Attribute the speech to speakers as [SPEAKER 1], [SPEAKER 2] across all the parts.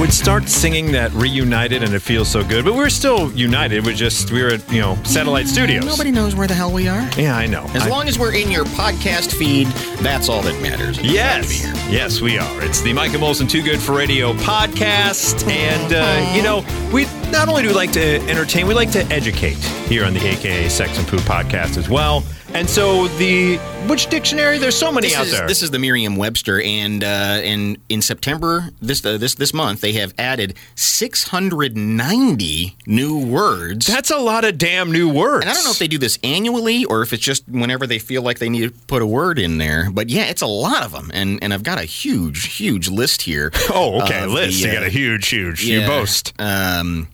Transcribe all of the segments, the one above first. [SPEAKER 1] would start singing that reunited and it feels so good. But we were still united. We're just we were at you know satellite studios.
[SPEAKER 2] Nobody knows where the hell we are.
[SPEAKER 1] Yeah, I know.
[SPEAKER 3] As
[SPEAKER 1] I-
[SPEAKER 3] long as we're in your podcast feed, that's all that matters. It's
[SPEAKER 1] Yes,
[SPEAKER 3] glad to be here.
[SPEAKER 1] yes, we are. It's the Mike and Molson Too Good for Radio podcast, and uh, you know, we not only do we like to entertain, we like to educate here on the AKA Sex and Food podcast as well. And so the which dictionary? There's so many
[SPEAKER 3] This
[SPEAKER 1] out
[SPEAKER 3] is,
[SPEAKER 1] there.
[SPEAKER 3] this is the Merriam-Webster, and uh, and in September this uh, this this month they have added 690 new words.
[SPEAKER 1] That's a lot of damn new words.
[SPEAKER 3] and I don't know if they do this annually or if it's just whenever they feel like they need to put a word in there. But yeah, it's a lot of them, and and I've got a huge huge list here.
[SPEAKER 1] Oh, okay.
[SPEAKER 3] of
[SPEAKER 1] List.
[SPEAKER 3] the,
[SPEAKER 1] you got
[SPEAKER 3] uh,
[SPEAKER 1] a huge, huge. You
[SPEAKER 3] Yeah.
[SPEAKER 1] boast.
[SPEAKER 3] Um,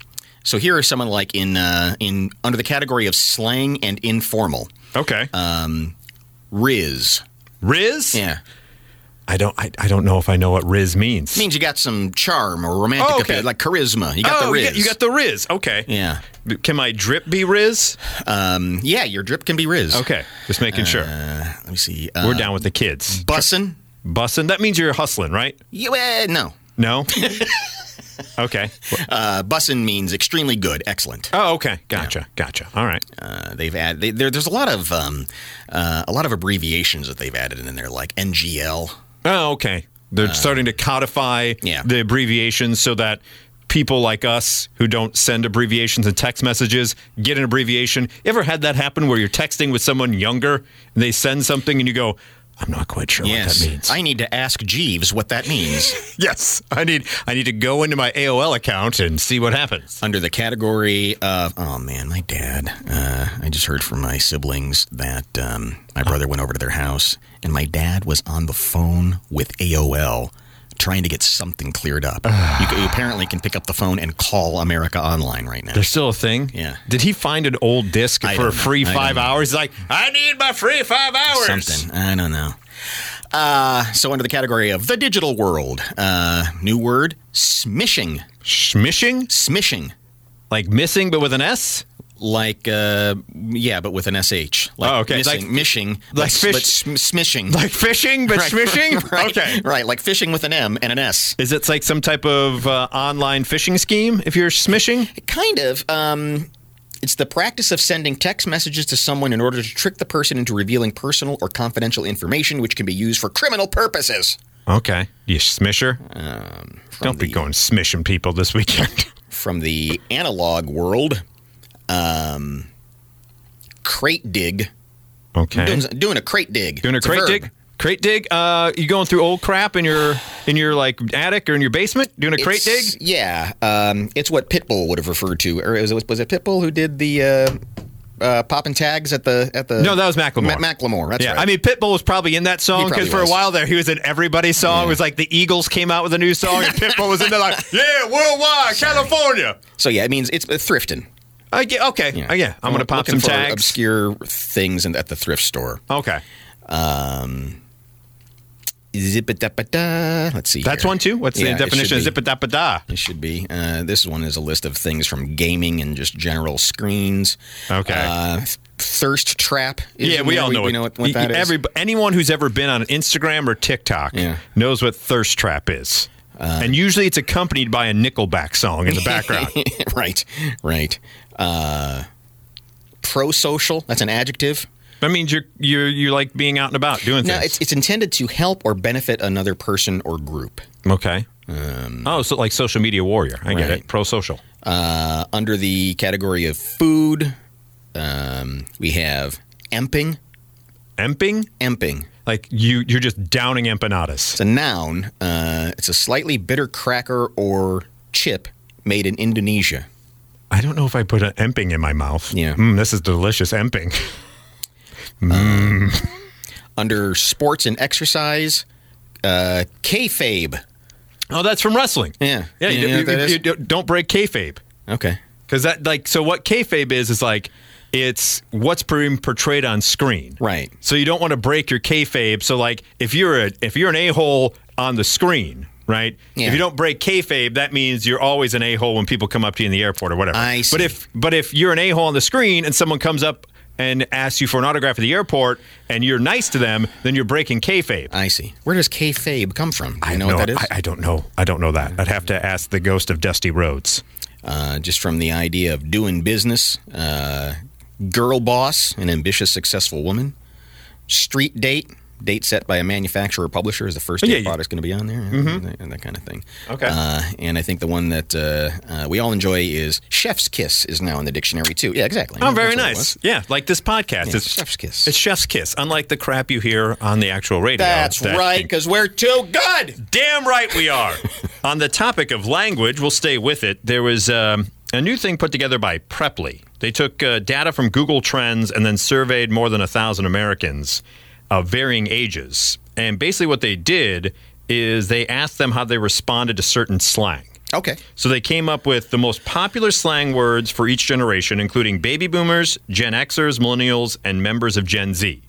[SPEAKER 3] so here are some of like in uh, in under the category of slang and informal.
[SPEAKER 1] Okay.
[SPEAKER 3] Riz
[SPEAKER 1] Riz.
[SPEAKER 3] Uh, yeah
[SPEAKER 1] I don't. I, I don't know if I know what Riz means.
[SPEAKER 3] means you got some charm or romantic
[SPEAKER 1] Oh, okay.
[SPEAKER 3] appeal, like charisma. You got
[SPEAKER 1] oh,
[SPEAKER 3] the
[SPEAKER 1] you
[SPEAKER 3] riz.
[SPEAKER 1] got, you got the Riz. Okay.
[SPEAKER 3] yeah
[SPEAKER 1] Can my drip be Riz?
[SPEAKER 3] um, yeah. Your drip can be riz.
[SPEAKER 1] Okay. Just making sure.
[SPEAKER 3] Uh, let me see. Uh,
[SPEAKER 1] We're down with the kids.
[SPEAKER 3] bussin.
[SPEAKER 1] Bussin'. That means you're hustling, right?
[SPEAKER 3] You, uh, no.
[SPEAKER 1] No. okay.
[SPEAKER 3] Uh, bussin means extremely good, excellent.
[SPEAKER 1] Oh, okay. Gotcha. Gotcha. All right.
[SPEAKER 3] Uh, they've added they, there, there's a lot of um, uh, a lot of abbreviations that they've added in there, like NGL.
[SPEAKER 1] Oh, okay. They're starting to codify
[SPEAKER 3] Uh, Yeah.
[SPEAKER 1] the abbreviations so that people like us who don't send abbreviations and text messages get an abbreviation. You ever had that happen where you're texting with someone younger and they send something and you go, I'm not quite sure
[SPEAKER 3] Yes,
[SPEAKER 1] what that means.
[SPEAKER 3] I need to ask Jeeves what that means.
[SPEAKER 1] yes, I need I need to go into my AOL account and see what happens.
[SPEAKER 3] under the category of oh man my dad uh, i just heard from my siblings that um, my brother went over to their house and my dad was on the phone with aol trying to get something cleared up you, c- you apparently can pick up the phone and call america online right now
[SPEAKER 1] There's still a thing.
[SPEAKER 3] Yeah.
[SPEAKER 1] Did he find an old disc
[SPEAKER 3] I
[SPEAKER 1] for a
[SPEAKER 3] don't know.
[SPEAKER 1] free
[SPEAKER 3] I don't
[SPEAKER 1] five
[SPEAKER 3] know.
[SPEAKER 1] hours? He's like, I need my free five hours.
[SPEAKER 3] something i don't know uh, so under the category of the digital world uh, new word smishing
[SPEAKER 1] Smishing?
[SPEAKER 3] smishing
[SPEAKER 1] Like missing but with an S?
[SPEAKER 3] like uh, yeah but with an sh like
[SPEAKER 1] Oh, okay.
[SPEAKER 3] missing,
[SPEAKER 1] Like-
[SPEAKER 3] mishing
[SPEAKER 1] like
[SPEAKER 3] but,
[SPEAKER 1] fish-
[SPEAKER 3] but sm- smishing
[SPEAKER 1] Like fishing, but smishing?
[SPEAKER 3] right,
[SPEAKER 1] Okay.
[SPEAKER 3] Right, like fishing with an M and an S.
[SPEAKER 1] Is it like some type of uh, online phishing scheme if you're smishing?
[SPEAKER 3] Kind of. Um, it's the practice of sending text messages to someone in order to trick the person into revealing personal or confidential information which can be used for criminal purposes.
[SPEAKER 1] Okay. Um, You smisher? Don't be going smishing people this weekend.
[SPEAKER 3] From the analog world, um, crate dig.
[SPEAKER 1] okay.
[SPEAKER 3] Doing, doing a crate dig.
[SPEAKER 1] Doing a
[SPEAKER 3] It's
[SPEAKER 1] crate
[SPEAKER 3] verb.
[SPEAKER 1] dig? Crate dig? Uh, you going through old crap in your in your like attic or in your basement? Doing a crate dig?
[SPEAKER 3] It's- Yeah, um, it's what Pitbull would have referred to, or was it, was it Pitbull who did the uh, uh, popping tags at the at the?
[SPEAKER 1] No, that was Macklemore.
[SPEAKER 3] Ma- Macklemore. That's
[SPEAKER 1] yeah,
[SPEAKER 3] right.
[SPEAKER 1] I mean Pitbull was probably in that song
[SPEAKER 3] He probably
[SPEAKER 1] because for a
[SPEAKER 3] was.
[SPEAKER 1] while there he was in everybody's song. It was like the Eagles came out with a new song and Pitbull was in there like, yeah, worldwide, California.
[SPEAKER 3] so yeah, it means it's uh, thrifting.
[SPEAKER 1] I get, okay, yeah, Oh, yeah I'm gonna pop some
[SPEAKER 3] Looking for
[SPEAKER 1] tags.
[SPEAKER 3] Obscure things in, at the thrift store.
[SPEAKER 1] okay,
[SPEAKER 3] Zip it da Let's see.
[SPEAKER 1] that's
[SPEAKER 3] here.
[SPEAKER 1] one too. What's the
[SPEAKER 3] Yeah, it
[SPEAKER 1] definition? of
[SPEAKER 3] should
[SPEAKER 1] Zip
[SPEAKER 3] be.
[SPEAKER 1] it da pa da.
[SPEAKER 3] It should be. Uh, this one is a list of things from gaming and just general screens.
[SPEAKER 1] Okay.
[SPEAKER 3] Uh, th- thirst trap. is
[SPEAKER 1] Yeah,
[SPEAKER 3] in
[SPEAKER 1] we
[SPEAKER 3] there.
[SPEAKER 1] all know,
[SPEAKER 3] we know what, what that is.
[SPEAKER 1] Every, anyone who's ever been on Instagram or TikTok
[SPEAKER 3] Yeah. Uh,
[SPEAKER 1] knows what thirst trap is, and usually it's accompanied by a Nickelback song in the background.
[SPEAKER 3] right. Right. Uh, pro social. That's an adjective.
[SPEAKER 1] that means you're you're you like being out and about doing
[SPEAKER 3] No,
[SPEAKER 1] things.
[SPEAKER 3] it's it's intended to help or benefit another person or group.
[SPEAKER 1] Okay. oh, so like social media warrior. I get
[SPEAKER 3] Um, Right.
[SPEAKER 1] it. Pro social.
[SPEAKER 3] Uh, under the category of food, um, we have emping.
[SPEAKER 1] Emping?
[SPEAKER 3] Emping.
[SPEAKER 1] Like you you're just downing empanadas.
[SPEAKER 3] It's a noun. Uh, it's a slightly bitter cracker or chip made in Indonesia.
[SPEAKER 1] I don't know if I put an emping in my mouth.
[SPEAKER 3] Yeah.
[SPEAKER 1] Mm, this is delicious emping.
[SPEAKER 3] Under sports and exercise, uh, kayfabe.
[SPEAKER 1] Oh, that's from wrestling.
[SPEAKER 3] Yeah.
[SPEAKER 1] Yeah, you,
[SPEAKER 3] You know
[SPEAKER 1] you-
[SPEAKER 3] what that is?
[SPEAKER 1] you don't- don't break kayfabe.
[SPEAKER 3] Okay.
[SPEAKER 1] Cuz that like so what kayfabe is is like it's what's being portrayed on screen.
[SPEAKER 3] Right.
[SPEAKER 1] So you don't want to break your kayfabe. So like if you're a if you're an a-hole on the screen, right?
[SPEAKER 3] Yeah.
[SPEAKER 1] If you don't break kayfabe, that means you're always an a-hole when people come up to you in the airport or whatever.
[SPEAKER 3] I see.
[SPEAKER 1] But if but if you're an a-hole on the screen and someone comes up and asks you for an autograph at the airport and you're nice to them, then you're breaking kayfabe.
[SPEAKER 3] I see. Where does kayfabe come from? Do you know
[SPEAKER 1] No,
[SPEAKER 3] what that is?
[SPEAKER 1] I, I don't know. I don't know that. I'd have to ask the ghost of Dusty Rhodes.
[SPEAKER 3] uh, just from the idea of doing business, uh, girl boss, an ambitious, successful woman, street date, date set by a manufacturer or publisher is the first date
[SPEAKER 1] Oh, Yeah, yeah.
[SPEAKER 3] product's going to be on there, and, that, and that kind of thing.
[SPEAKER 1] Okay.
[SPEAKER 3] Uh, and I think the one that uh, uh, we all enjoy is Chef's Kiss is now in the dictionary too. Yeah, exactly.
[SPEAKER 1] Oh, very
[SPEAKER 3] That's what it
[SPEAKER 1] nice.
[SPEAKER 3] was.
[SPEAKER 1] Yeah, like this podcast.
[SPEAKER 3] Yeah, chef's kiss.
[SPEAKER 1] It's chef's kiss, unlike the crap you hear on the actual radio.
[SPEAKER 3] That's
[SPEAKER 1] That
[SPEAKER 3] right,
[SPEAKER 1] can-
[SPEAKER 3] because we're too good.
[SPEAKER 1] Damn right we are. On the topic of language, we'll stay with it. There was um, a new thing put together by Preply. They took uh, data from Google Trends and then surveyed more than a thousand Americans of varying ages. And basically, what they did is they asked them how they responded to certain slang.
[SPEAKER 3] Okay.
[SPEAKER 1] So they came up with the most popular slang words for each generation, including baby boomers, Gen Xers, millennials, and members of Gen Z.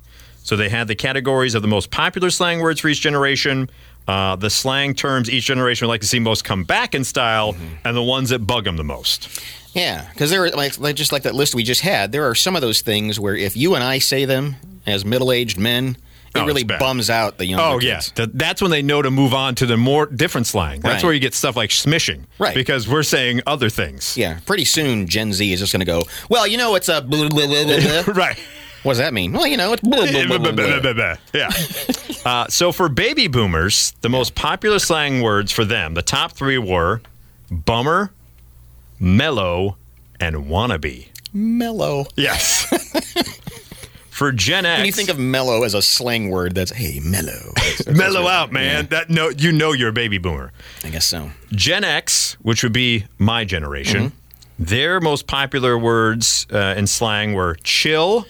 [SPEAKER 1] So they had the categories of the most popular slang words for each generation, uh, the slang terms each generation would like to see most come back in style,
[SPEAKER 3] Mm-hmm.
[SPEAKER 1] and the ones that bug them the most.
[SPEAKER 3] Yeah, because there are like, like just like that list we just had. There are some of those things where if you and I say them as middle-aged men, it
[SPEAKER 1] Oh,
[SPEAKER 3] really
[SPEAKER 1] it's bad.
[SPEAKER 3] bums out the younger
[SPEAKER 1] Oh
[SPEAKER 3] kids.
[SPEAKER 1] yes, Th- that's when they know to move on to the more different slang. That's
[SPEAKER 3] Right.
[SPEAKER 1] where you get stuff like smishing,
[SPEAKER 3] Right.
[SPEAKER 1] Because we're saying other things,
[SPEAKER 3] Yeah, pretty soon Gen Z is just going to go. Well, you know, it's a blah, blah, blah, blah, blah."
[SPEAKER 1] right?
[SPEAKER 3] What does that mean? Well, you know, it's blah, blah, blah, blah, blah, blah.
[SPEAKER 1] Yeah. Uh, so for baby boomers, the most popular slang words for them, the top three were bummer, mellow, and wannabe.
[SPEAKER 3] mellow.
[SPEAKER 1] Yes. for Gen X,
[SPEAKER 3] When you think of mellow as a slang word, that's hey mellow. That's- that's-
[SPEAKER 1] mellow out, man. That no, you know you're a baby boomer.
[SPEAKER 3] I guess so.
[SPEAKER 1] Gen X, which would be my generation, their most popular words uh, in slang were chill,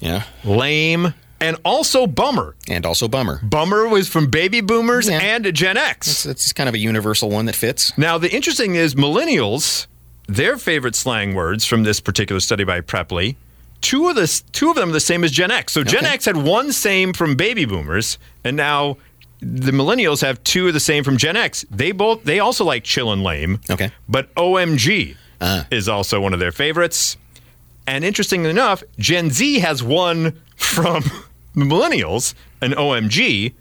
[SPEAKER 3] Yeah,
[SPEAKER 1] lame, and also bummer.
[SPEAKER 3] and also bummer.
[SPEAKER 1] Bummer was from baby boomers
[SPEAKER 3] Yeah.
[SPEAKER 1] and Gen X.
[SPEAKER 3] So That's kind of a universal one that fits.
[SPEAKER 1] Now, the interesting is millennials, their favorite slang words from this particular study by Preply, two of the two of them are the same as Gen X. So Gen
[SPEAKER 3] Okay.
[SPEAKER 1] X had one same from baby boomers, and now the millennials have two of the same from Gen X. They both they also like chill and lame.
[SPEAKER 3] Okay.
[SPEAKER 1] But OMG
[SPEAKER 3] Uh.
[SPEAKER 1] is also one of their favorites. And interestingly enough, Gen Z has one from the millennials, an OMG,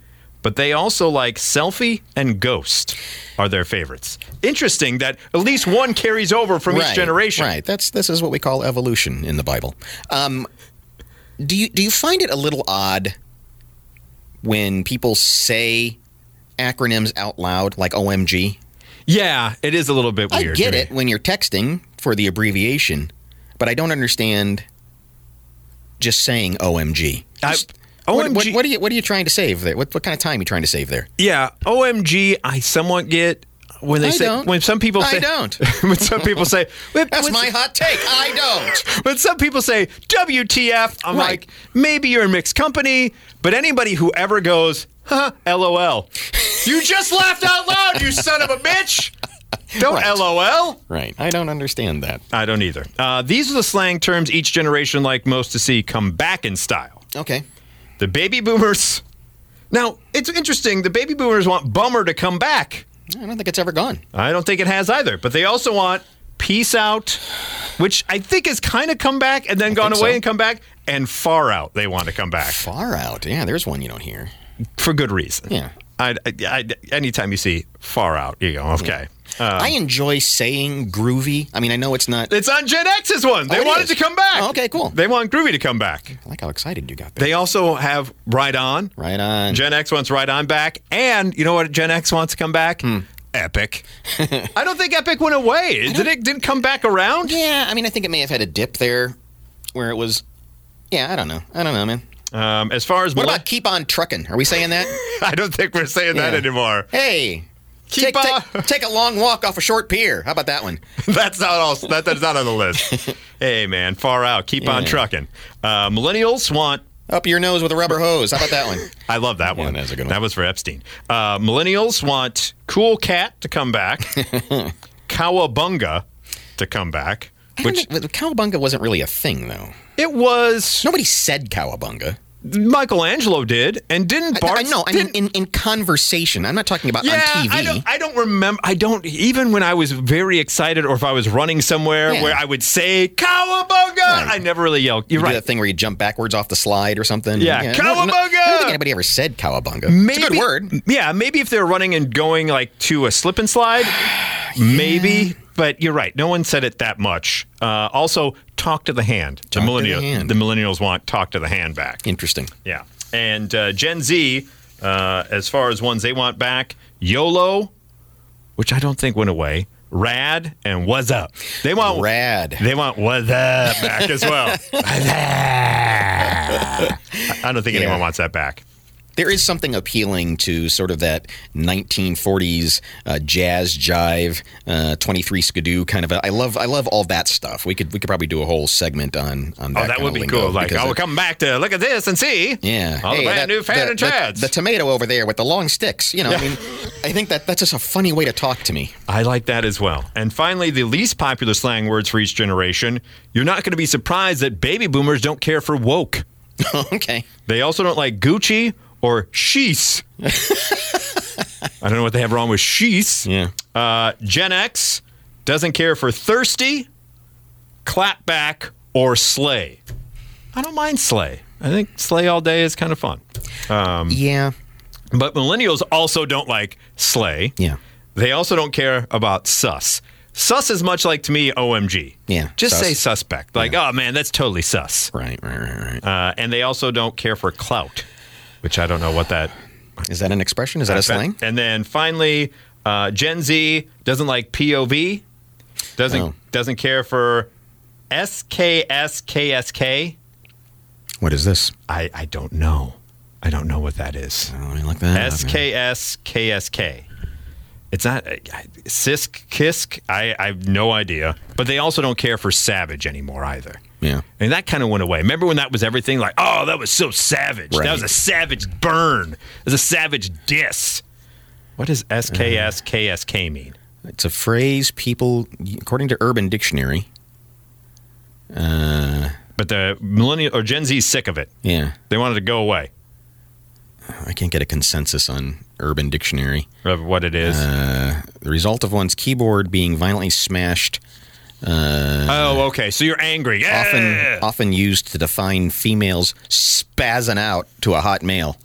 [SPEAKER 1] but they also like selfie and ghost are their favorites. Interesting that at least one carries over from
[SPEAKER 3] right,
[SPEAKER 1] each generation.
[SPEAKER 3] Right. That's this is what we call evolution in the Bible. Um, do you do you find it a little odd when people say acronyms out loud like OMG?
[SPEAKER 1] Yeah, it is a little bit
[SPEAKER 3] I
[SPEAKER 1] weird.
[SPEAKER 3] get
[SPEAKER 1] to
[SPEAKER 3] it
[SPEAKER 1] me.
[SPEAKER 3] when you're texting for the abbreviation, but I don't understand just saying OMG.
[SPEAKER 1] I-
[SPEAKER 3] Just- what, what,
[SPEAKER 1] OMG
[SPEAKER 3] what are you what are you trying to save there? What, what kind of time are you trying to save there?
[SPEAKER 1] Yeah, OMG, I somewhat get when they
[SPEAKER 3] I
[SPEAKER 1] say
[SPEAKER 3] don't.
[SPEAKER 1] when some people
[SPEAKER 3] I
[SPEAKER 1] say
[SPEAKER 3] don't.
[SPEAKER 1] when some people say
[SPEAKER 3] That's
[SPEAKER 1] when-
[SPEAKER 3] my hot take. I don't.
[SPEAKER 1] But some people say WTF. I'm
[SPEAKER 3] Right.
[SPEAKER 1] like, maybe you're in mixed company, but anybody who ever goes, huh, LOL. you just laughed out loud, you son of a bitch. Don't
[SPEAKER 3] Right.
[SPEAKER 1] LOL.
[SPEAKER 3] Right. I don't understand that.
[SPEAKER 1] I don't either. Uh, these are the slang terms each generation like most to see come back in style.
[SPEAKER 3] Okay.
[SPEAKER 1] The baby boomers. Now, it's interesting. The baby boomers want bummer to come back.
[SPEAKER 3] I don't think it's ever gone.
[SPEAKER 1] I don't think it has either, but they also want peace out, which I think has kind of come back and then gone
[SPEAKER 3] think
[SPEAKER 1] away
[SPEAKER 3] so.
[SPEAKER 1] and come back, and far out they want to come back
[SPEAKER 3] Far out. Yeah, there's one you don't hear.
[SPEAKER 1] for good reason.
[SPEAKER 3] Yeah.
[SPEAKER 1] I, I, I, anytime you see far out, you go, okay. Uh,
[SPEAKER 3] I enjoy saying groovy. I mean, I know it's not.
[SPEAKER 1] it's on Gen X's one. They
[SPEAKER 3] Oh, it
[SPEAKER 1] want
[SPEAKER 3] is?
[SPEAKER 1] it to come back.
[SPEAKER 3] Oh, okay, cool.
[SPEAKER 1] They want Groovy to come back.
[SPEAKER 3] I like how excited you got there.
[SPEAKER 1] They also have Right On.
[SPEAKER 3] right on.
[SPEAKER 1] Gen X wants Right On back. And you know what Gen X wants to come back?
[SPEAKER 3] Hmm.
[SPEAKER 1] Epic. I don't think Epic went away. Did it didn't come back around?
[SPEAKER 3] yeah, I mean, I think it may have had a dip there, where it was. Yeah, I don't know. I don't know, man.
[SPEAKER 1] Um, as far as
[SPEAKER 3] What
[SPEAKER 1] mille-
[SPEAKER 3] about keep on trucking? Are we saying that?
[SPEAKER 1] I don't think we're saying that
[SPEAKER 3] Yeah.
[SPEAKER 1] anymore.
[SPEAKER 3] Hey,
[SPEAKER 1] Keep
[SPEAKER 3] take,
[SPEAKER 1] on-
[SPEAKER 3] take, take a long walk off a short pier. How about that one?
[SPEAKER 1] That's not all. That, that's not on the list. hey, man, far out. Keep on
[SPEAKER 3] Yeah.
[SPEAKER 1] trucking. Uh, millennials want.
[SPEAKER 3] Up your nose with a rubber hose. How about that one?
[SPEAKER 1] I love that one.
[SPEAKER 3] that's a good one.
[SPEAKER 1] That was for Epstein. Uh, millennials want cool cat to come back. Cowabunga to come back,
[SPEAKER 3] I don't
[SPEAKER 1] which
[SPEAKER 3] think, but cowabunga wasn't really a thing, though.
[SPEAKER 1] it was.
[SPEAKER 3] Nobody said cowabunga.
[SPEAKER 1] Michelangelo did, and didn't Bart?
[SPEAKER 3] I know. I mean, in, in conversation. I'm not talking about
[SPEAKER 1] yeah,
[SPEAKER 3] on TV.
[SPEAKER 1] I don't, I don't remember. I don't even when I was very excited, or if I was running somewhere
[SPEAKER 3] Yeah.
[SPEAKER 1] where I would say "Cowabunga," I never really yelled. You're
[SPEAKER 3] You do
[SPEAKER 1] right.
[SPEAKER 3] that thing where you jump backwards off the slide or something.
[SPEAKER 1] Yeah,
[SPEAKER 3] No, no, I
[SPEAKER 1] cowabunga!
[SPEAKER 3] don't think anybody ever said cowabunga. it's a
[SPEAKER 1] Maybe-
[SPEAKER 3] good word.
[SPEAKER 1] Yeah, maybe if they're running and going like to a slip and slide, maybe. But you're right. No one said it that much. Uh, also, talk to the hand.
[SPEAKER 3] Talk to
[SPEAKER 1] the
[SPEAKER 3] the
[SPEAKER 1] millennials.
[SPEAKER 3] hand.
[SPEAKER 1] the millennials want talk to the hand back.
[SPEAKER 3] Interesting.
[SPEAKER 1] Yeah. And uh, Gen Z, uh, as far as ones they want back, YOLO, which I don't think went away, RAD, and What's Up. They want
[SPEAKER 3] Rad.
[SPEAKER 1] They want What's Up back as well. I I don't think
[SPEAKER 3] Yeah.
[SPEAKER 1] anyone wants that back.
[SPEAKER 3] There is something appealing to sort of that 1940s uh, jazz jive, uh, 23 skidoo kind of. A, I love I love all that stuff. We could we could probably do a whole segment on on that.
[SPEAKER 1] Oh, that
[SPEAKER 3] kinda
[SPEAKER 1] would be
[SPEAKER 3] lingo
[SPEAKER 1] cool. Like,
[SPEAKER 3] because
[SPEAKER 1] oh,
[SPEAKER 3] it-
[SPEAKER 1] we'll come back to look at this and see.
[SPEAKER 3] Yeah.
[SPEAKER 1] All the
[SPEAKER 3] Hey,
[SPEAKER 1] brand
[SPEAKER 3] that-
[SPEAKER 1] new fan
[SPEAKER 3] the,
[SPEAKER 1] and
[SPEAKER 3] the-
[SPEAKER 1] chads.
[SPEAKER 3] The, tomato over there with the long sticks. You know, I mean, I think that that's just a funny way to talk to me.
[SPEAKER 1] I like that as well. And finally, the least popular slang words for each generation. You're not going to be surprised that baby boomers don't care for woke.
[SPEAKER 3] okay.
[SPEAKER 1] They also don't like Gucci or shees. I don't know what they have wrong with shees.
[SPEAKER 3] Yeah.
[SPEAKER 1] Uh, Gen X doesn't care for thirsty, clapback, or sleigh. I don't mind sleigh. I think sleigh all day is kind of fun. Um,
[SPEAKER 3] yeah.
[SPEAKER 1] But millennials also don't like sleigh.
[SPEAKER 3] Yeah.
[SPEAKER 1] They also don't care about sus. Sus is much like to me OMG.
[SPEAKER 3] Yeah,
[SPEAKER 1] Just
[SPEAKER 3] sus.
[SPEAKER 1] say suspect. Like, oh man, that's totally sus.
[SPEAKER 3] Right. Right. Right. Right.
[SPEAKER 1] Uh, and they also don't care for clout, which I don't know what that
[SPEAKER 3] Is that an expression? Is that a slang?
[SPEAKER 1] And then finally, uh, Gen Z doesn't like POV. Doesn't
[SPEAKER 3] Oh.
[SPEAKER 1] doesn't care for SKSKSK.
[SPEAKER 3] What is this?
[SPEAKER 1] I I don't know. I don't know what that is.
[SPEAKER 3] Oh, you like that?
[SPEAKER 1] SKSKSK. It's not I- I- Sisk Kisk. I I have no idea. But they also don't care for savage anymore either.
[SPEAKER 3] Yeah.
[SPEAKER 1] And that kind of went away. Remember when that was everything? Like, oh, that was so savage. That
[SPEAKER 3] Right.
[SPEAKER 1] was a savage burn. It was a savage diss. What does SKSKSK mean?
[SPEAKER 3] It's a phrase people, according to Urban Dictionary.
[SPEAKER 1] But the millennial or Gen Z's sick of it.
[SPEAKER 3] Yeah.
[SPEAKER 1] They wanted to go away.
[SPEAKER 3] I can't get a consensus on Urban Dictionary.
[SPEAKER 1] Of what it is.
[SPEAKER 3] Uh, The result of one's keyboard being violently smashed,
[SPEAKER 1] oh, okay. So you're angry.
[SPEAKER 3] often
[SPEAKER 1] Yeah.
[SPEAKER 3] often used to define females spazzing out to a hot male.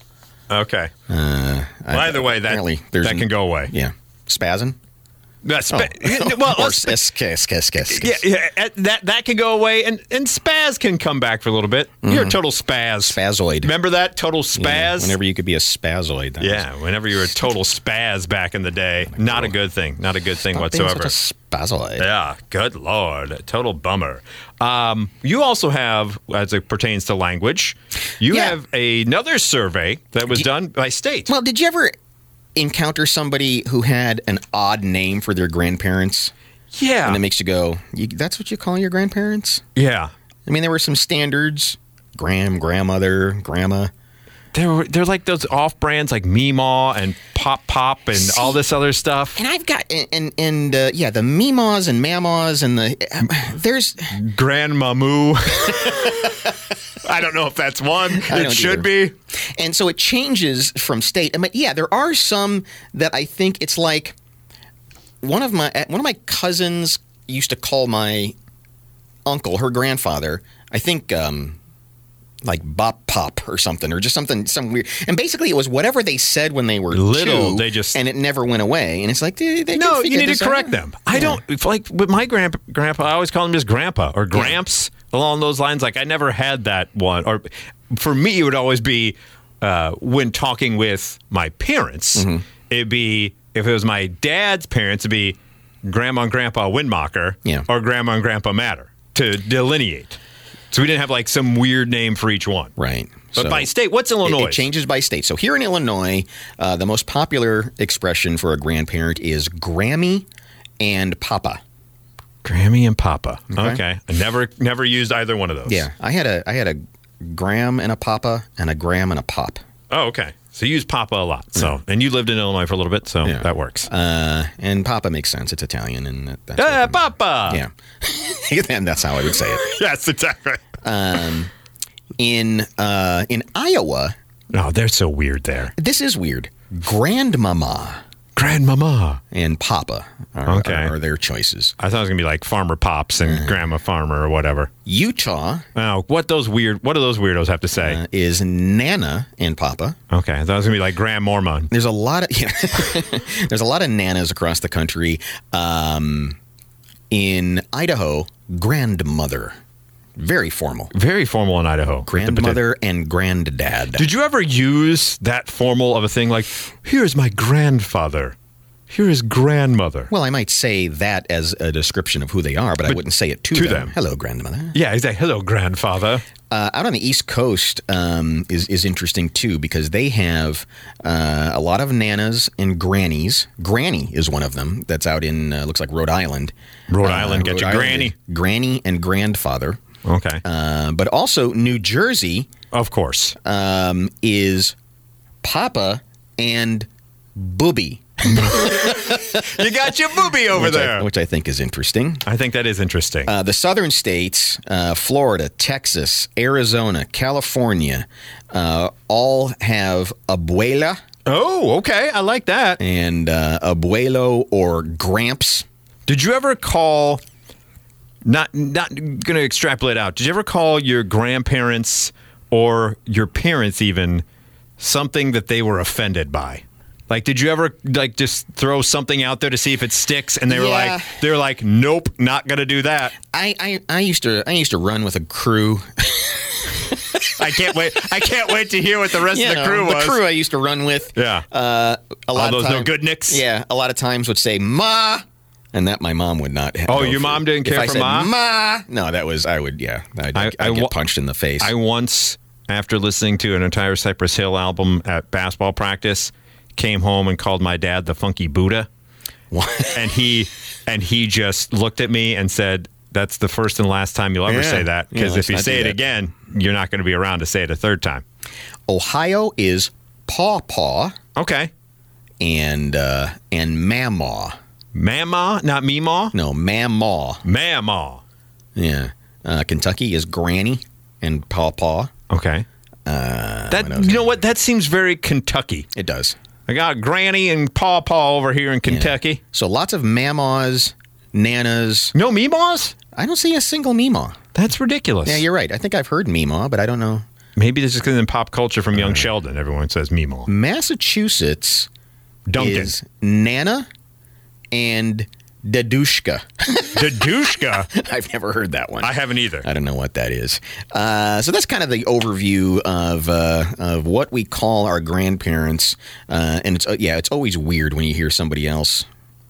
[SPEAKER 3] Uh,
[SPEAKER 1] okay. Well, either way, that
[SPEAKER 3] apparently there's
[SPEAKER 1] that
[SPEAKER 3] an-
[SPEAKER 1] can go away.
[SPEAKER 3] Yeah. Spazzing? Oh.
[SPEAKER 1] That's spa- well,
[SPEAKER 3] or
[SPEAKER 1] let's-
[SPEAKER 3] s- kiss, kiss, kiss,
[SPEAKER 1] yeah,
[SPEAKER 3] kiss.
[SPEAKER 1] yeah, eh, that that can go away, and and spaz can come back for a little bit. You're a total spaz.
[SPEAKER 3] Spazoid.
[SPEAKER 1] Remember that total
[SPEAKER 3] Mm-hmm. Yeah,
[SPEAKER 1] spaz.
[SPEAKER 3] Whenever you could be a spazoid. that was-
[SPEAKER 1] yeah, whenever you were a total spaz back in the day, not a good thing. Not a good thing
[SPEAKER 3] Stop being such
[SPEAKER 1] whatsoever.
[SPEAKER 3] a spazoid.
[SPEAKER 1] Yeah, good lord, a total bummer. Um, you also have, as it pertains to language, you
[SPEAKER 3] Yeah.
[SPEAKER 1] have another survey that was done by state.
[SPEAKER 3] Well, did you ever encounter somebody who had an odd name for their grandparents?
[SPEAKER 1] yeah,
[SPEAKER 3] And it makes you go, you, that's what you call your grandparents?
[SPEAKER 1] yeah.
[SPEAKER 3] I mean, there were some standards Gram, grandmother, grandma.
[SPEAKER 1] They're they're like those off brands like Meemaw and Pop Pop and all this other stuff.
[SPEAKER 3] And I've got, and, and, and uh, yeah, the meemaws and mammas and the, there's,
[SPEAKER 1] Grandmamu. I don't know if that's one. It
[SPEAKER 3] don't
[SPEAKER 1] should be.
[SPEAKER 3] and so it changes from state. I mean, yeah, there are some that I think it's like one of my uh, one of my cousins used to call my uncle, her grandfather. I think um, like Bop Pop or something, or just something some weird. And basically, it was whatever they said when they were
[SPEAKER 1] Little,
[SPEAKER 3] two,
[SPEAKER 1] they just-
[SPEAKER 3] and it never went away. And it's like they, they
[SPEAKER 1] No,
[SPEAKER 3] can
[SPEAKER 1] you
[SPEAKER 3] figure
[SPEAKER 1] need
[SPEAKER 3] this
[SPEAKER 1] to correct
[SPEAKER 3] out.
[SPEAKER 1] them. I don't if, like with my grand, grandpa. I always call him just grandpa or gramps along those lines. Like I never had that one. Or for me, it would always be uh, when talking with my parents.
[SPEAKER 3] Mm-hmm.
[SPEAKER 1] It'd be if it was my dad's parents, it'd be grandma and grandpa Windmacher
[SPEAKER 3] Yeah.
[SPEAKER 1] or grandma and grandpa Matter to delineate. So we didn't have like some weird name for each one.
[SPEAKER 3] Right.
[SPEAKER 1] But
[SPEAKER 3] So-
[SPEAKER 1] by state, what's
[SPEAKER 3] It-
[SPEAKER 1] Illinois?
[SPEAKER 3] It, changes by state. So here in Illinois, uh, the most popular expression for a grandparent is Grammy and Papa.
[SPEAKER 1] Grammy and Papa. Okay.
[SPEAKER 3] Okay.
[SPEAKER 1] I never never used either one of those.
[SPEAKER 3] I had a I had a Gram and a Papa and a Gram and a Pop.
[SPEAKER 1] Oh, okay. So you use Papa a lot. So and you lived in Illinois for a little bit, so
[SPEAKER 3] Yeah.
[SPEAKER 1] that works.
[SPEAKER 3] Uh, and Papa makes sense. It's Italian, and that, that's
[SPEAKER 1] Eh, Papa.
[SPEAKER 3] yeah. and that's how I would say it.
[SPEAKER 1] Yes, exactly.
[SPEAKER 3] in uh, in Iowa.
[SPEAKER 1] Oh, they're so weird there.
[SPEAKER 3] This is weird. Grandmama
[SPEAKER 1] Grandmama.
[SPEAKER 3] and Papa are,
[SPEAKER 1] Okay.
[SPEAKER 3] are, are their choices.
[SPEAKER 1] I thought it was gonna be like Farmer Pops and Grandma Farmer or whatever.
[SPEAKER 3] Utah
[SPEAKER 1] Oh, what those weird? What do those weirdos have to say?
[SPEAKER 3] uh, is Nana and Papa.
[SPEAKER 1] okay, I thought it was gonna be like Grand Mormon.
[SPEAKER 3] There's a lot of yeah, there's a lot of nanas across the country. Um, in Idaho, grandmother, very formal.
[SPEAKER 1] Very formal in Idaho. with the potato-
[SPEAKER 3] Grandmother and granddad.
[SPEAKER 1] Did you ever use that formal of a thing like, here is my grandfather, here is grandmother?
[SPEAKER 3] Well, I might say that as a description of who they are, but I wouldn't say it to,
[SPEAKER 1] to
[SPEAKER 3] them.
[SPEAKER 1] them.
[SPEAKER 3] Hello, grandmother.
[SPEAKER 1] yeah, he's like, hello, grandfather.
[SPEAKER 3] Uh, out on the East Coast um, is is interesting too because they have uh, a lot of nanas and grannies. Granny is one of them. That's out in uh, looks like Rhode Island.
[SPEAKER 1] Uh, Rhode Island, get
[SPEAKER 3] Uh, Rhode
[SPEAKER 1] your granny.
[SPEAKER 3] Granny and grandfather.
[SPEAKER 1] Okay.
[SPEAKER 3] Uh, but also New Jersey
[SPEAKER 1] of course.
[SPEAKER 3] um, is Papa and Booby
[SPEAKER 1] you got your booby over
[SPEAKER 3] which I-
[SPEAKER 1] there. I,
[SPEAKER 3] which I think is interesting.
[SPEAKER 1] think that is interesting.
[SPEAKER 3] Uh, the southern states, uh, Florida, Texas, Arizona, California, uh, all have abuela
[SPEAKER 1] oh, okay. I like that.
[SPEAKER 3] and uh, abuelo or gramps.
[SPEAKER 1] Did you ever call? Not not gonna extrapolate out. Did you ever call your grandparents or your parents even something that they were offended by? Like, did you ever like just throw something out there to see if it sticks? And they were
[SPEAKER 3] Yeah.
[SPEAKER 1] like, they were like, nope, not gonna do that.
[SPEAKER 3] I, I, I used to I used to run with a crew.
[SPEAKER 1] I can't wait. I can't wait to hear what the rest
[SPEAKER 3] You
[SPEAKER 1] of
[SPEAKER 3] know,
[SPEAKER 1] the crew was.
[SPEAKER 3] I used to run with.
[SPEAKER 1] Yeah.
[SPEAKER 3] Uh, a lot
[SPEAKER 1] Oh, those
[SPEAKER 3] of
[SPEAKER 1] no
[SPEAKER 3] time-
[SPEAKER 1] good nicks?
[SPEAKER 3] Yeah, a lot of times would say ma, and that my mom would not. ha-
[SPEAKER 1] Oh,
[SPEAKER 3] go
[SPEAKER 1] your
[SPEAKER 3] for.
[SPEAKER 1] mom didn't care
[SPEAKER 3] if I
[SPEAKER 1] for
[SPEAKER 3] said,
[SPEAKER 1] ma?
[SPEAKER 3] Ma, no, that was I would. Yeah, I'd,
[SPEAKER 1] I-
[SPEAKER 3] I'd
[SPEAKER 1] I
[SPEAKER 3] get
[SPEAKER 1] wa-
[SPEAKER 3] punched in the face.
[SPEAKER 1] I once, after listening to an entire Cypress Hill album at basketball practice, came home and called my dad the Funky Buddha. and he and he just looked at me and said, "That's the first and last time you'll ever
[SPEAKER 3] Yeah.
[SPEAKER 1] say that
[SPEAKER 3] Yeah,
[SPEAKER 1] because
[SPEAKER 3] let's
[SPEAKER 1] if you
[SPEAKER 3] not
[SPEAKER 1] say
[SPEAKER 3] do
[SPEAKER 1] it
[SPEAKER 3] that.
[SPEAKER 1] again, you're not going to be around to say it a third time."
[SPEAKER 3] Ohio is paw paw
[SPEAKER 1] Okay,
[SPEAKER 3] and uh, and mamaw.
[SPEAKER 1] mama, not mima,
[SPEAKER 3] No, mamaw.
[SPEAKER 1] mama.
[SPEAKER 3] Yeah. Uh, Kentucky is granny and paw paw. Uh,
[SPEAKER 1] Okay, that you know what? That seems very Kentucky.
[SPEAKER 3] It does.
[SPEAKER 1] I got Granny and Paw Paw over here in Kentucky.
[SPEAKER 3] So lots of mamaws, nanas.
[SPEAKER 1] No meemaws?
[SPEAKER 3] I don't see a single memaw.
[SPEAKER 1] That's ridiculous.
[SPEAKER 3] Yeah, you're right. I think I've heard memaw, but I don't know.
[SPEAKER 1] Maybe this is because in pop culture from Young Sheldon, everyone says Meemaw.
[SPEAKER 3] Massachusetts
[SPEAKER 1] Duncan.
[SPEAKER 3] is Nana and Dadushka.
[SPEAKER 1] Dadushka.
[SPEAKER 3] I've never heard that one.
[SPEAKER 1] I haven't either.
[SPEAKER 3] I don't know what that is. Uh, so that's kind of the overview of uh, of what we call our grandparents, uh, and it's uh, yeah, it's always weird when you hear somebody else